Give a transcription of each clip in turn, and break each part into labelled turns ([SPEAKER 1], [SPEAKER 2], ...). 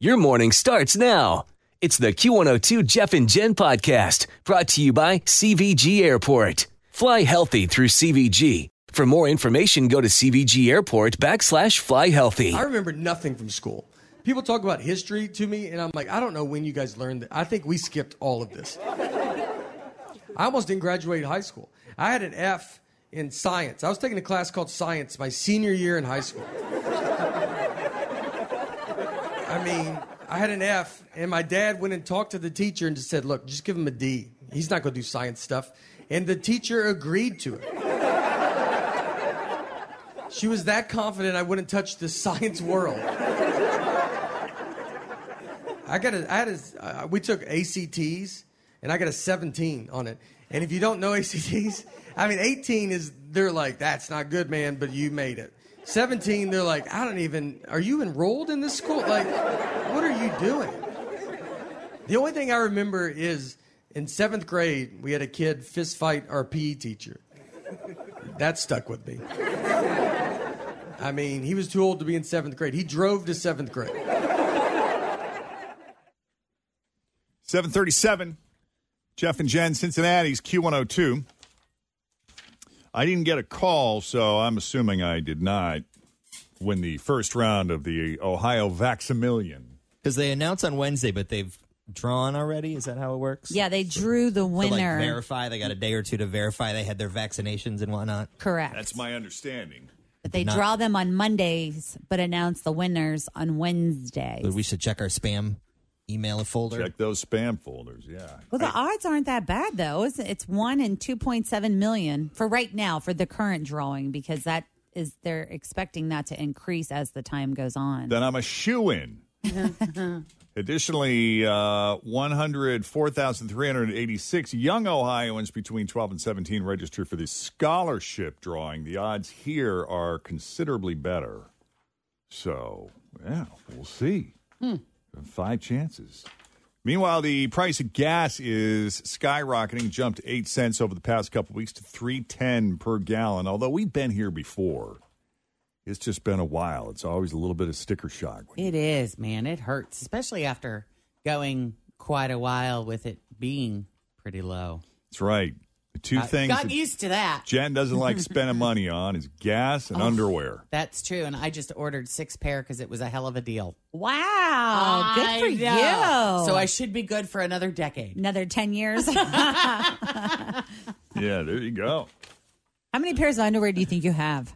[SPEAKER 1] Your morning starts now. It's the Q102 Jeff and Jen podcast brought to you by CVG Airport. Fly healthy through CVG. For more information, go to CVG Airport backslash fly healthy.
[SPEAKER 2] I remember nothing from school. People talk about history to me, and I'm like, I don't know when you guys learned that. I think we skipped all of this. I almost didn't graduate high school. I had an F in science. I was taking a class called science my senior year in high school. I mean, I had an F, and my dad went and talked to the teacher and just said, Look, just give him a D. He's not going to do science stuff. And the teacher agreed to it. She was that confident I wouldn't touch the science world. I got a, I had a, uh, we took ACTs, and I got a 17 on it. And if you don't know ACTs, I mean, 18 is, they're like, that's not good, man, but you made it. 17, they're like, I don't even, are you enrolled in this school? Like, what are you doing? The only thing I remember is in seventh grade, we had a kid fist fight our PE teacher. That stuck with me. I mean, he was too old to be in seventh grade. He drove to seventh grade.
[SPEAKER 3] 737, Jeff and Jen, Cincinnati's Q102. I didn't get a call, so I'm assuming I did not win the first round of the Ohio Vaximillion.
[SPEAKER 4] Because they announce on Wednesday, but they've drawn already. Is that how it works?
[SPEAKER 5] Yeah, they drew the
[SPEAKER 4] To, like
[SPEAKER 5] winner.
[SPEAKER 4] verify, they got a day or two to verify they had their vaccinations and whatnot.
[SPEAKER 5] Correct.
[SPEAKER 3] That's my understanding.
[SPEAKER 5] but they
[SPEAKER 4] Not-
[SPEAKER 5] draw them on Mondays, but announce the winners on Wednesdays.
[SPEAKER 4] But we should check our spam email folder.
[SPEAKER 3] Check those spam folders, yeah.
[SPEAKER 5] well, the odds aren't that bad though. It's, it's one and two point seven million for right now for the current drawing because that is they're expecting that to increase as the time goes on.
[SPEAKER 3] Then I'm a shoe in. Additionally, uh, 104,386 young Ohioans between 12 and 17 register for the scholarship drawing. The odds here are considerably better. So, yeah, we'll see. Five chances. Meanwhile, the price of gas is skyrocketing, jumped 8 cents over the past couple weeks to 310 per gallon, although we've been here before. It's just been a while. It's always a little bit of sticker shock. when
[SPEAKER 6] It is, man. It hurts, especially after going quite a while with it being pretty low.
[SPEAKER 3] That's right. The two
[SPEAKER 6] I
[SPEAKER 3] things
[SPEAKER 6] Uh, got
[SPEAKER 3] that
[SPEAKER 6] used to that.
[SPEAKER 3] Jen doesn't like spending money on is gas
[SPEAKER 6] Oh.
[SPEAKER 3] and underwear.
[SPEAKER 6] That's true. And I just ordered six pair because it was a hell of a deal.
[SPEAKER 5] wow, Oh, good for
[SPEAKER 6] I know.
[SPEAKER 5] you.
[SPEAKER 6] So I should be good for another decade.
[SPEAKER 5] another ten years.
[SPEAKER 3] Yeah, there you go.
[SPEAKER 5] How many pairs of underwear do you think you have?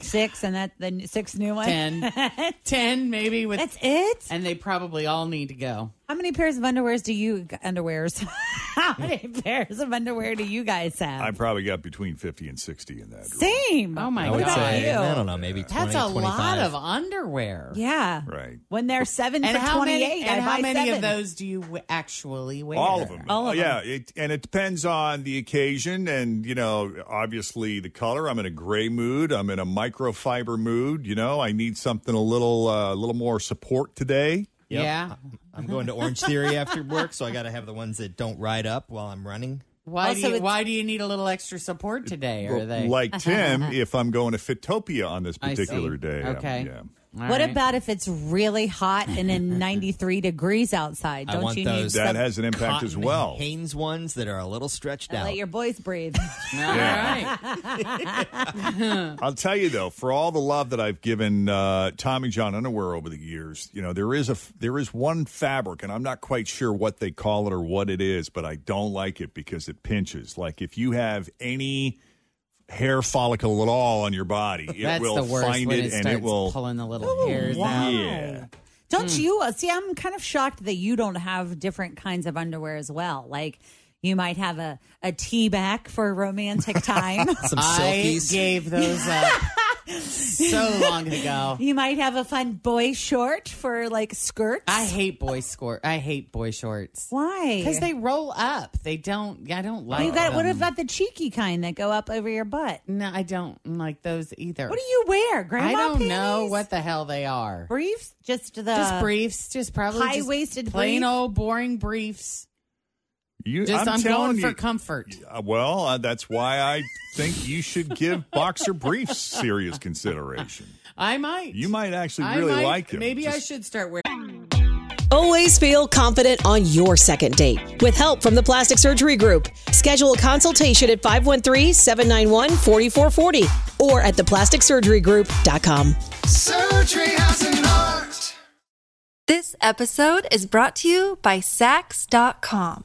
[SPEAKER 5] Six, and that the n- six new ones.
[SPEAKER 6] Ten. Ten, maybe with,
[SPEAKER 5] That's it.
[SPEAKER 6] and they probably all need to go.
[SPEAKER 5] How many pairs of underwears do you underwears? How many pairs of underwear do you guys have?
[SPEAKER 3] I probably got between 50 and 60 in that.
[SPEAKER 5] Same.
[SPEAKER 6] Oh my
[SPEAKER 4] I would
[SPEAKER 6] God.
[SPEAKER 4] say,
[SPEAKER 5] Ew.
[SPEAKER 4] I don't know, maybe 20,
[SPEAKER 6] That's a
[SPEAKER 4] 25.
[SPEAKER 6] lot of underwear.
[SPEAKER 5] Yeah.
[SPEAKER 3] Right.
[SPEAKER 5] When they're seven
[SPEAKER 6] And
[SPEAKER 5] for
[SPEAKER 6] how
[SPEAKER 5] twenty-eight,
[SPEAKER 6] many?
[SPEAKER 5] I
[SPEAKER 6] And how
[SPEAKER 5] buy
[SPEAKER 6] many
[SPEAKER 5] seven.
[SPEAKER 6] of those do you w- actually wear?
[SPEAKER 3] All of them.
[SPEAKER 5] All of
[SPEAKER 3] yeah, It, and it depends on the occasion and, you know, obviously the color. I'm in a gray mood. I'm in a microfiber mood. You know, I need something a little, uh, a little more support today.
[SPEAKER 4] Yep.
[SPEAKER 6] Yeah.
[SPEAKER 4] I'm going to Orange Theory after work, so I got to have the ones that don't ride up while I'm running.
[SPEAKER 6] Why
[SPEAKER 5] Also,
[SPEAKER 6] do you,
[SPEAKER 5] it's-
[SPEAKER 6] Why do you need a little extra support today? Are they
[SPEAKER 3] Like Tim, if I'm going to Fitopia on this
[SPEAKER 6] I see.
[SPEAKER 3] particular day. Um,
[SPEAKER 6] Okay.
[SPEAKER 3] yeah.
[SPEAKER 6] All
[SPEAKER 5] what
[SPEAKER 6] right.
[SPEAKER 5] about if it's really hot and then 93 degrees outside?
[SPEAKER 4] I
[SPEAKER 5] Don't
[SPEAKER 4] want
[SPEAKER 5] you
[SPEAKER 4] those.
[SPEAKER 5] need
[SPEAKER 3] That has an impact as
[SPEAKER 4] cotton
[SPEAKER 3] well.
[SPEAKER 4] Hanes ones that are a little stretched
[SPEAKER 5] to
[SPEAKER 4] out.
[SPEAKER 5] let your boys breathe?
[SPEAKER 6] All
[SPEAKER 3] Yeah.
[SPEAKER 6] right.
[SPEAKER 3] I'll tell you though, for all the love that I've given uh, Tommy John underwear over the years, you know there is a f- there is one fabric, and I'm not quite sure what they call it or what it is, but I don't like it because it pinches. Like if you have any hair follicle at all on your body, it
[SPEAKER 6] That's
[SPEAKER 3] will
[SPEAKER 6] the worst
[SPEAKER 3] find
[SPEAKER 6] when
[SPEAKER 3] it,
[SPEAKER 6] it
[SPEAKER 3] and
[SPEAKER 6] starts
[SPEAKER 3] it will.
[SPEAKER 6] pulling the little hairs out.
[SPEAKER 3] Yeah.
[SPEAKER 5] Don't
[SPEAKER 6] Mm.
[SPEAKER 5] you? uh, See, I'm kind of shocked that you don't have different kinds of underwear as well. Like you might have a, a tea back for romantic time.
[SPEAKER 4] Some
[SPEAKER 6] I
[SPEAKER 4] silkies.
[SPEAKER 6] gave those up so long ago.
[SPEAKER 5] you might have a fun boy short for like skirts.
[SPEAKER 6] I hate boy score. I hate boy shorts
[SPEAKER 5] Why? um,
[SPEAKER 6] because they roll up. They don't. I don't like.
[SPEAKER 5] you got what
[SPEAKER 6] them.
[SPEAKER 5] about the cheeky kind that go up over your butt?
[SPEAKER 6] No, I don't like those either.
[SPEAKER 5] What do you wear, Grandma?
[SPEAKER 6] I don't know
[SPEAKER 5] panties? Uh,
[SPEAKER 6] what the hell they are.
[SPEAKER 5] briefs. Just the
[SPEAKER 6] just briefs. Just probably just
[SPEAKER 5] high-waisted
[SPEAKER 6] plain
[SPEAKER 5] brief?
[SPEAKER 6] old boring briefs.
[SPEAKER 3] You,
[SPEAKER 6] Just I'm,
[SPEAKER 3] telling
[SPEAKER 6] going for
[SPEAKER 3] you-
[SPEAKER 6] comfort.
[SPEAKER 3] Uh, well, uh, that's why I think you should give boxer briefs serious consideration.
[SPEAKER 6] I might.
[SPEAKER 3] You might actually
[SPEAKER 6] I
[SPEAKER 3] really
[SPEAKER 6] might-
[SPEAKER 3] like them.
[SPEAKER 6] Maybe I
[SPEAKER 3] Just-
[SPEAKER 6] should start wearing.
[SPEAKER 7] Always feel confident on your second date. With help from the Plastic Surgery Group, schedule a consultation at 513-791-4440 or at theplasticsurgerygroup.com.
[SPEAKER 8] This episode is brought to you by Sax.com.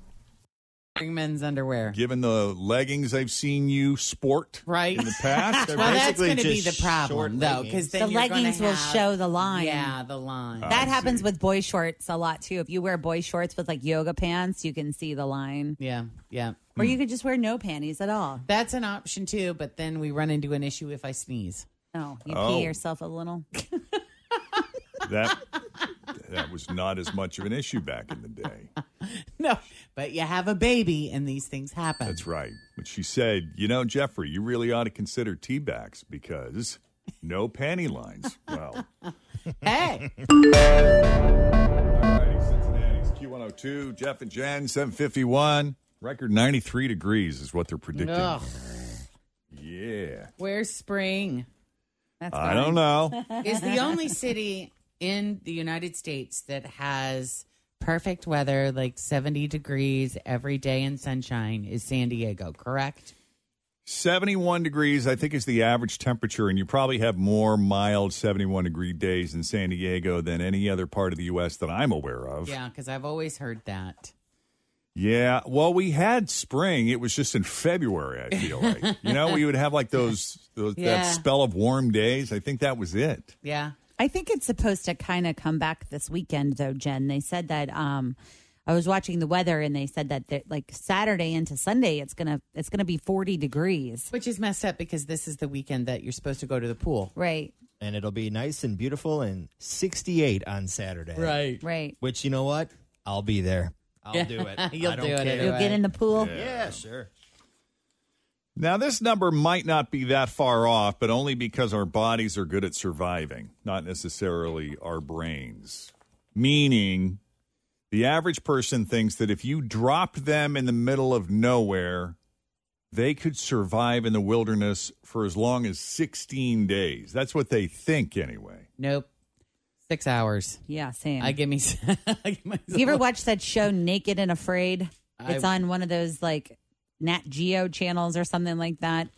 [SPEAKER 6] men's underwear.
[SPEAKER 3] Given the leggings I've seen you sport
[SPEAKER 6] Right.
[SPEAKER 3] in the past, I
[SPEAKER 6] well, that's
[SPEAKER 4] basically
[SPEAKER 6] going to be the
[SPEAKER 4] just
[SPEAKER 6] problem,
[SPEAKER 4] short
[SPEAKER 6] though,
[SPEAKER 4] leggings.
[SPEAKER 6] because
[SPEAKER 5] The leggings will show the line.
[SPEAKER 6] Yeah, the line.
[SPEAKER 5] That
[SPEAKER 3] Oh, I
[SPEAKER 5] happens
[SPEAKER 3] see.
[SPEAKER 5] with boy shorts a lot too. If you wear boy shorts with like yoga pants, you can see the line.
[SPEAKER 6] yeah, yeah.
[SPEAKER 3] Hmm.
[SPEAKER 5] Or you could just wear no panties at all.
[SPEAKER 6] That's an option too, but then we run into an issue if I sneeze.
[SPEAKER 5] No, you
[SPEAKER 3] Oh.
[SPEAKER 5] pee yourself a little.
[SPEAKER 3] that that was not as much of an issue back in the day.
[SPEAKER 6] No, but you have a baby and these things happen.
[SPEAKER 3] That's right. But she said, you know, Jeffrey, you really ought to consider tea bags because no panty lines. Well,
[SPEAKER 6] Hey,
[SPEAKER 3] alrighty, Cincinnati's Q102, Jeff and Jen, 751. Record 93 degrees is what they're predicting.
[SPEAKER 6] Ugh,
[SPEAKER 3] Yeah.
[SPEAKER 6] where's spring?
[SPEAKER 5] That's
[SPEAKER 3] I
[SPEAKER 5] fine.
[SPEAKER 3] don't know.
[SPEAKER 6] Is the only city in the United States that has perfect weather, like 70 degrees every day and sunshine, is San Diego, correct?
[SPEAKER 3] 71 degrees, I think, is the average temperature, and you probably have more mild 71 degree days in San Diego than any other part of the U.S. that I'm aware of.
[SPEAKER 6] Yeah, because I've always heard that.
[SPEAKER 3] Yeah, Well, we had spring. It was just in February, I feel like. you know, we would have like those, those
[SPEAKER 6] Yeah.
[SPEAKER 3] that spell of warm days. I think that was it.
[SPEAKER 6] Yeah.
[SPEAKER 5] I think it's supposed to kind of come back this weekend, though, Jen. They said that um, I was watching the weather, and they said that that, like Saturday into Sunday, it's gonna it's gonna be forty degrees,
[SPEAKER 6] Which is messed up because this is the weekend that you're supposed to go to the pool.
[SPEAKER 5] right?
[SPEAKER 4] and it'll be nice and beautiful and 68 on Saturday.
[SPEAKER 5] Right.
[SPEAKER 4] Which, you know what? I'll be there. I'll do it.
[SPEAKER 6] You'll
[SPEAKER 4] I don't
[SPEAKER 6] do it
[SPEAKER 4] care.
[SPEAKER 6] anyway.
[SPEAKER 5] You'll get in the pool.
[SPEAKER 4] Yeah, sure.
[SPEAKER 3] Now, this number might not be that far off, but only because our bodies are good at surviving, not necessarily our brains. Meaning, the average person thinks that if you dropped them in the middle of nowhere, they could survive in the wilderness for as long as 16 days. That's what they think, anyway.
[SPEAKER 6] Nope. Six hours.
[SPEAKER 5] Yeah, same.
[SPEAKER 6] I give me. I give myself
[SPEAKER 5] you ever watch that show Naked and Afraid?
[SPEAKER 6] I-
[SPEAKER 5] It's on one of those like Nat Geo channels or something like that.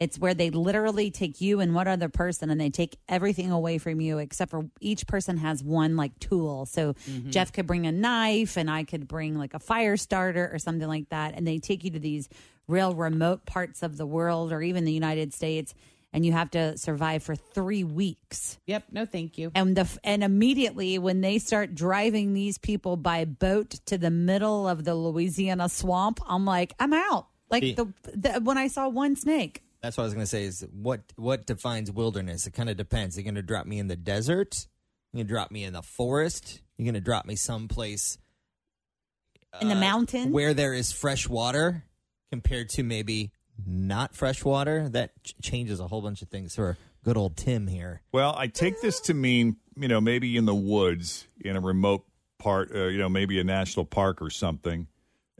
[SPEAKER 5] It's where they literally take you and one other person and they take everything away from you except for each person has one like tool. So Jeff could bring a knife and I could bring like a fire starter or something like that. And they take you to these real remote parts of the world or even the United States and you have to survive for three weeks
[SPEAKER 6] Yep. No, thank you.
[SPEAKER 5] and the and immediately when they start driving these people by boat to the middle of the Louisiana swamp, I'm like, I'm out. Like
[SPEAKER 4] See.
[SPEAKER 5] the, the when I saw one snake,
[SPEAKER 4] That's what I was going to say is what what defines wilderness? It kind of depends. You're going to drop me in the desert? You're going to drop me in the forest? You're going to drop me someplace
[SPEAKER 5] in the mountain.
[SPEAKER 4] Uh, where there is fresh water compared to maybe not fresh water, that ch- changes a whole bunch of things for good old Tim here.
[SPEAKER 3] Well, I take this to mean, you know, maybe in the woods, in a remote part, uh, you know, maybe a national park or something.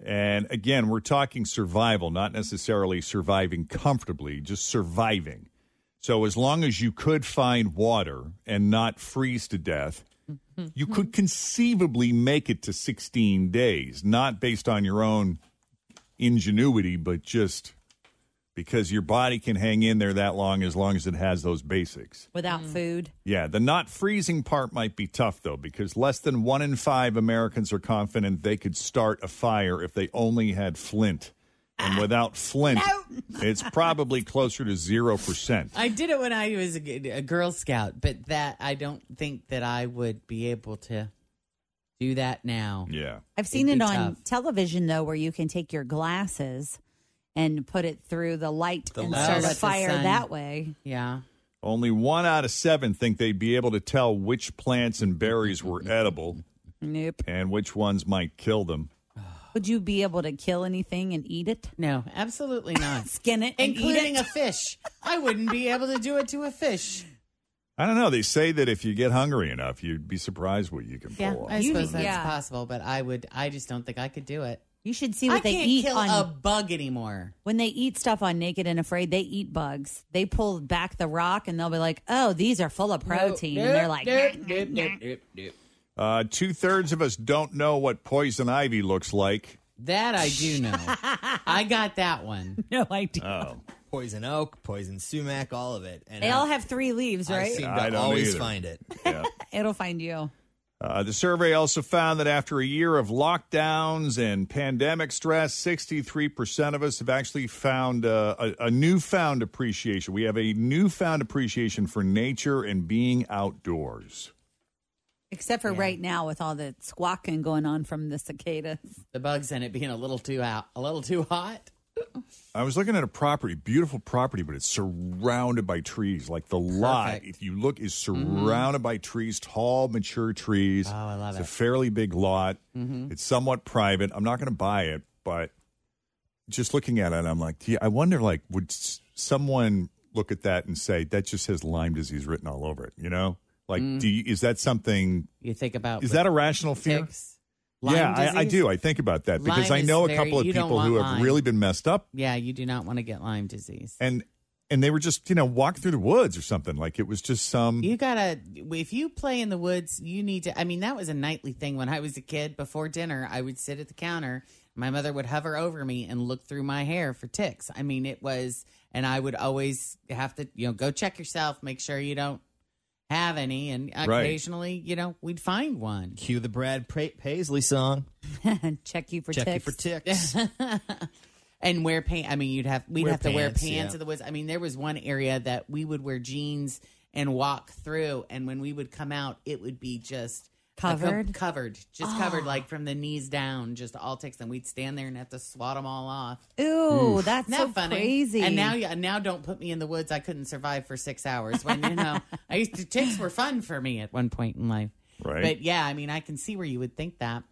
[SPEAKER 3] And again, we're talking survival, not necessarily surviving comfortably, just surviving. So as long as you could find water and not freeze to death, you could conceivably make it to 16 days, not based on your own ingenuity, but just because your body can hang in there that long as long as it has those basics.
[SPEAKER 5] without
[SPEAKER 6] Mm.
[SPEAKER 5] food.
[SPEAKER 3] Yeah, the not freezing part might be tough though, because less than one in five Americans are confident they could start a fire if they only had flint. And without flint, it's probably closer to 0%.
[SPEAKER 6] I did it when I was a, g- a Girl Scout, but that I don't think that I would be able to do that now.
[SPEAKER 3] Yeah.
[SPEAKER 5] I've seen
[SPEAKER 6] It'd
[SPEAKER 5] it
[SPEAKER 6] be
[SPEAKER 5] on
[SPEAKER 6] tough.
[SPEAKER 5] television though, where you can take your glasses and put it through the light
[SPEAKER 4] The
[SPEAKER 5] and
[SPEAKER 4] light.
[SPEAKER 5] start
[SPEAKER 6] Oh,
[SPEAKER 5] a
[SPEAKER 6] let the
[SPEAKER 5] fire
[SPEAKER 6] sun-
[SPEAKER 5] that way.
[SPEAKER 6] Yeah.
[SPEAKER 3] Only one out of seven think they'd be able to tell which plants and berries were edible
[SPEAKER 5] Nope.
[SPEAKER 3] and which ones might kill them.
[SPEAKER 5] Would you be able to kill anything and eat it?
[SPEAKER 6] No, absolutely not.
[SPEAKER 5] Skin it and
[SPEAKER 6] Including
[SPEAKER 5] eat it?
[SPEAKER 6] a fish. I wouldn't be able to do it to a fish.
[SPEAKER 3] I don't know. They say that if you get hungry enough, you'd be surprised what you can pull
[SPEAKER 6] Yeah,
[SPEAKER 3] off.
[SPEAKER 6] I
[SPEAKER 5] You-
[SPEAKER 6] suppose that's
[SPEAKER 5] yeah.
[SPEAKER 6] possible, but I would. I just don't think I could do it.
[SPEAKER 5] you should see what
[SPEAKER 6] I
[SPEAKER 5] they
[SPEAKER 6] can't
[SPEAKER 5] eat
[SPEAKER 6] kill
[SPEAKER 5] on
[SPEAKER 6] a bug anymore.
[SPEAKER 5] when they eat stuff on Naked and Afraid. They eat bugs. They pull back the rock and they'll be like, "Oh, these are full of protein," and they're like, "Nah, nah, nah."
[SPEAKER 3] Uh, Two thirds of us don't know what poison ivy looks like.
[SPEAKER 6] That I do know. I got that one.
[SPEAKER 5] "No idea."
[SPEAKER 4] Poison oak, poison sumac, all of it. And
[SPEAKER 5] they
[SPEAKER 4] I-
[SPEAKER 5] all have three leaves,
[SPEAKER 4] I
[SPEAKER 5] right?
[SPEAKER 4] seem to
[SPEAKER 3] I don't
[SPEAKER 4] always
[SPEAKER 3] either.
[SPEAKER 4] find it.
[SPEAKER 3] Yeah.
[SPEAKER 5] It'll find you.
[SPEAKER 3] Uh, the survey also found that after a year of lockdowns and pandemic stress, 63% of us have actually found uh, a, a newfound appreciation. We have a newfound appreciation for nature and being outdoors.
[SPEAKER 5] Except for right now with all the squawking going on from the cicadas.
[SPEAKER 6] The bugs in it being a little too out, a little too hot.
[SPEAKER 3] I was looking at a property, beautiful property, but it's surrounded by trees. Like the lot,
[SPEAKER 6] Perfect. Mm-hmm.
[SPEAKER 3] if you look, is surrounded by trees, tall, mature trees. Oh, I love it's it. It's a fairly big lot.
[SPEAKER 6] Mm-hmm.
[SPEAKER 3] It's somewhat private. I'm not going to buy it, but just looking at it, I'm like, gee, I wonder, like, would s- someone look at that and say that just has Lyme disease written all over it? You know, like,
[SPEAKER 6] Mm.
[SPEAKER 3] do you, is that something?
[SPEAKER 6] You think about
[SPEAKER 3] Is that a rational fear?
[SPEAKER 6] ticks? Lyme
[SPEAKER 3] yeah, I, I
[SPEAKER 6] disease?
[SPEAKER 3] do. I think about that because
[SPEAKER 6] Lyme
[SPEAKER 3] I know a
[SPEAKER 6] is very-
[SPEAKER 3] couple of
[SPEAKER 6] you don't
[SPEAKER 3] people
[SPEAKER 6] want
[SPEAKER 3] who have
[SPEAKER 6] Lyme.
[SPEAKER 3] really been messed up
[SPEAKER 6] Yeah, you do not want to get Lyme disease.
[SPEAKER 3] and and they were just you know walking through the woods or something like it was just some
[SPEAKER 6] You gotta, if you play in the woods, you need to. I mean, that was a nightly thing when I was a kid. Before dinner, I would sit at the counter. My mother would hover over me and look through my hair for ticks. I mean, it was, and I would always have to, you know, go check yourself, make sure you don't have any. And
[SPEAKER 3] Right.
[SPEAKER 6] occasionally, you know, we'd find one.
[SPEAKER 4] Cue the Brad Pa- Paisley song.
[SPEAKER 5] Check you for
[SPEAKER 4] Check
[SPEAKER 5] ticks.
[SPEAKER 4] you for ticks.
[SPEAKER 6] and wear pants. I mean, you'd have we'd
[SPEAKER 4] Wear
[SPEAKER 6] have to wear
[SPEAKER 4] pants,
[SPEAKER 6] pants
[SPEAKER 4] yeah.
[SPEAKER 6] in the woods. I mean, there was one area that we would wear jeans and walk through, and when we would come out, it would be just a com-
[SPEAKER 5] Covered? Ah.
[SPEAKER 6] covered, just covered like from the knees down, just all ticks. And we'd stand there and have to swat them all off.
[SPEAKER 5] Ooh, that's
[SPEAKER 6] Isn't
[SPEAKER 5] so
[SPEAKER 6] that funny?
[SPEAKER 5] crazy.
[SPEAKER 6] And now, yeah, now don't put me in the woods. I couldn't survive for six hours. When you know, I used to ticks were fun for me at one point in life.
[SPEAKER 3] Right.
[SPEAKER 6] But yeah, I mean, I can see where you would think that.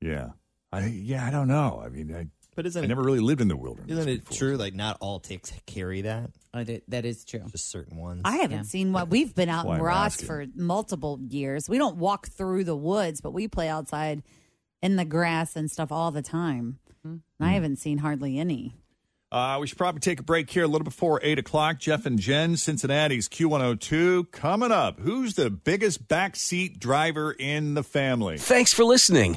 [SPEAKER 3] yeah I yeah I don't know I mean I,
[SPEAKER 4] But
[SPEAKER 3] I
[SPEAKER 4] isn't it,
[SPEAKER 3] never really lived in the wilderness
[SPEAKER 4] isn't it
[SPEAKER 3] before.
[SPEAKER 4] true? Like not all ticks carry that.
[SPEAKER 6] Uh, that- That is true.
[SPEAKER 4] Just certain ones.
[SPEAKER 5] I haven't
[SPEAKER 6] Yeah.
[SPEAKER 5] seen what we've been out
[SPEAKER 3] Why
[SPEAKER 5] in
[SPEAKER 3] I'm
[SPEAKER 5] Ross
[SPEAKER 3] asking.
[SPEAKER 5] for multiple years. We don't walk through the woods, but we play outside in the grass and stuff all the time.
[SPEAKER 6] Mm-hmm.
[SPEAKER 5] And I haven't seen hardly any.
[SPEAKER 3] Uh, we should probably take a break here a little before eight o'clock. Jeff and Jen, Cincinnati's Q one hundred two coming up. Who's the biggest backseat driver in the family?
[SPEAKER 1] Thanks for listening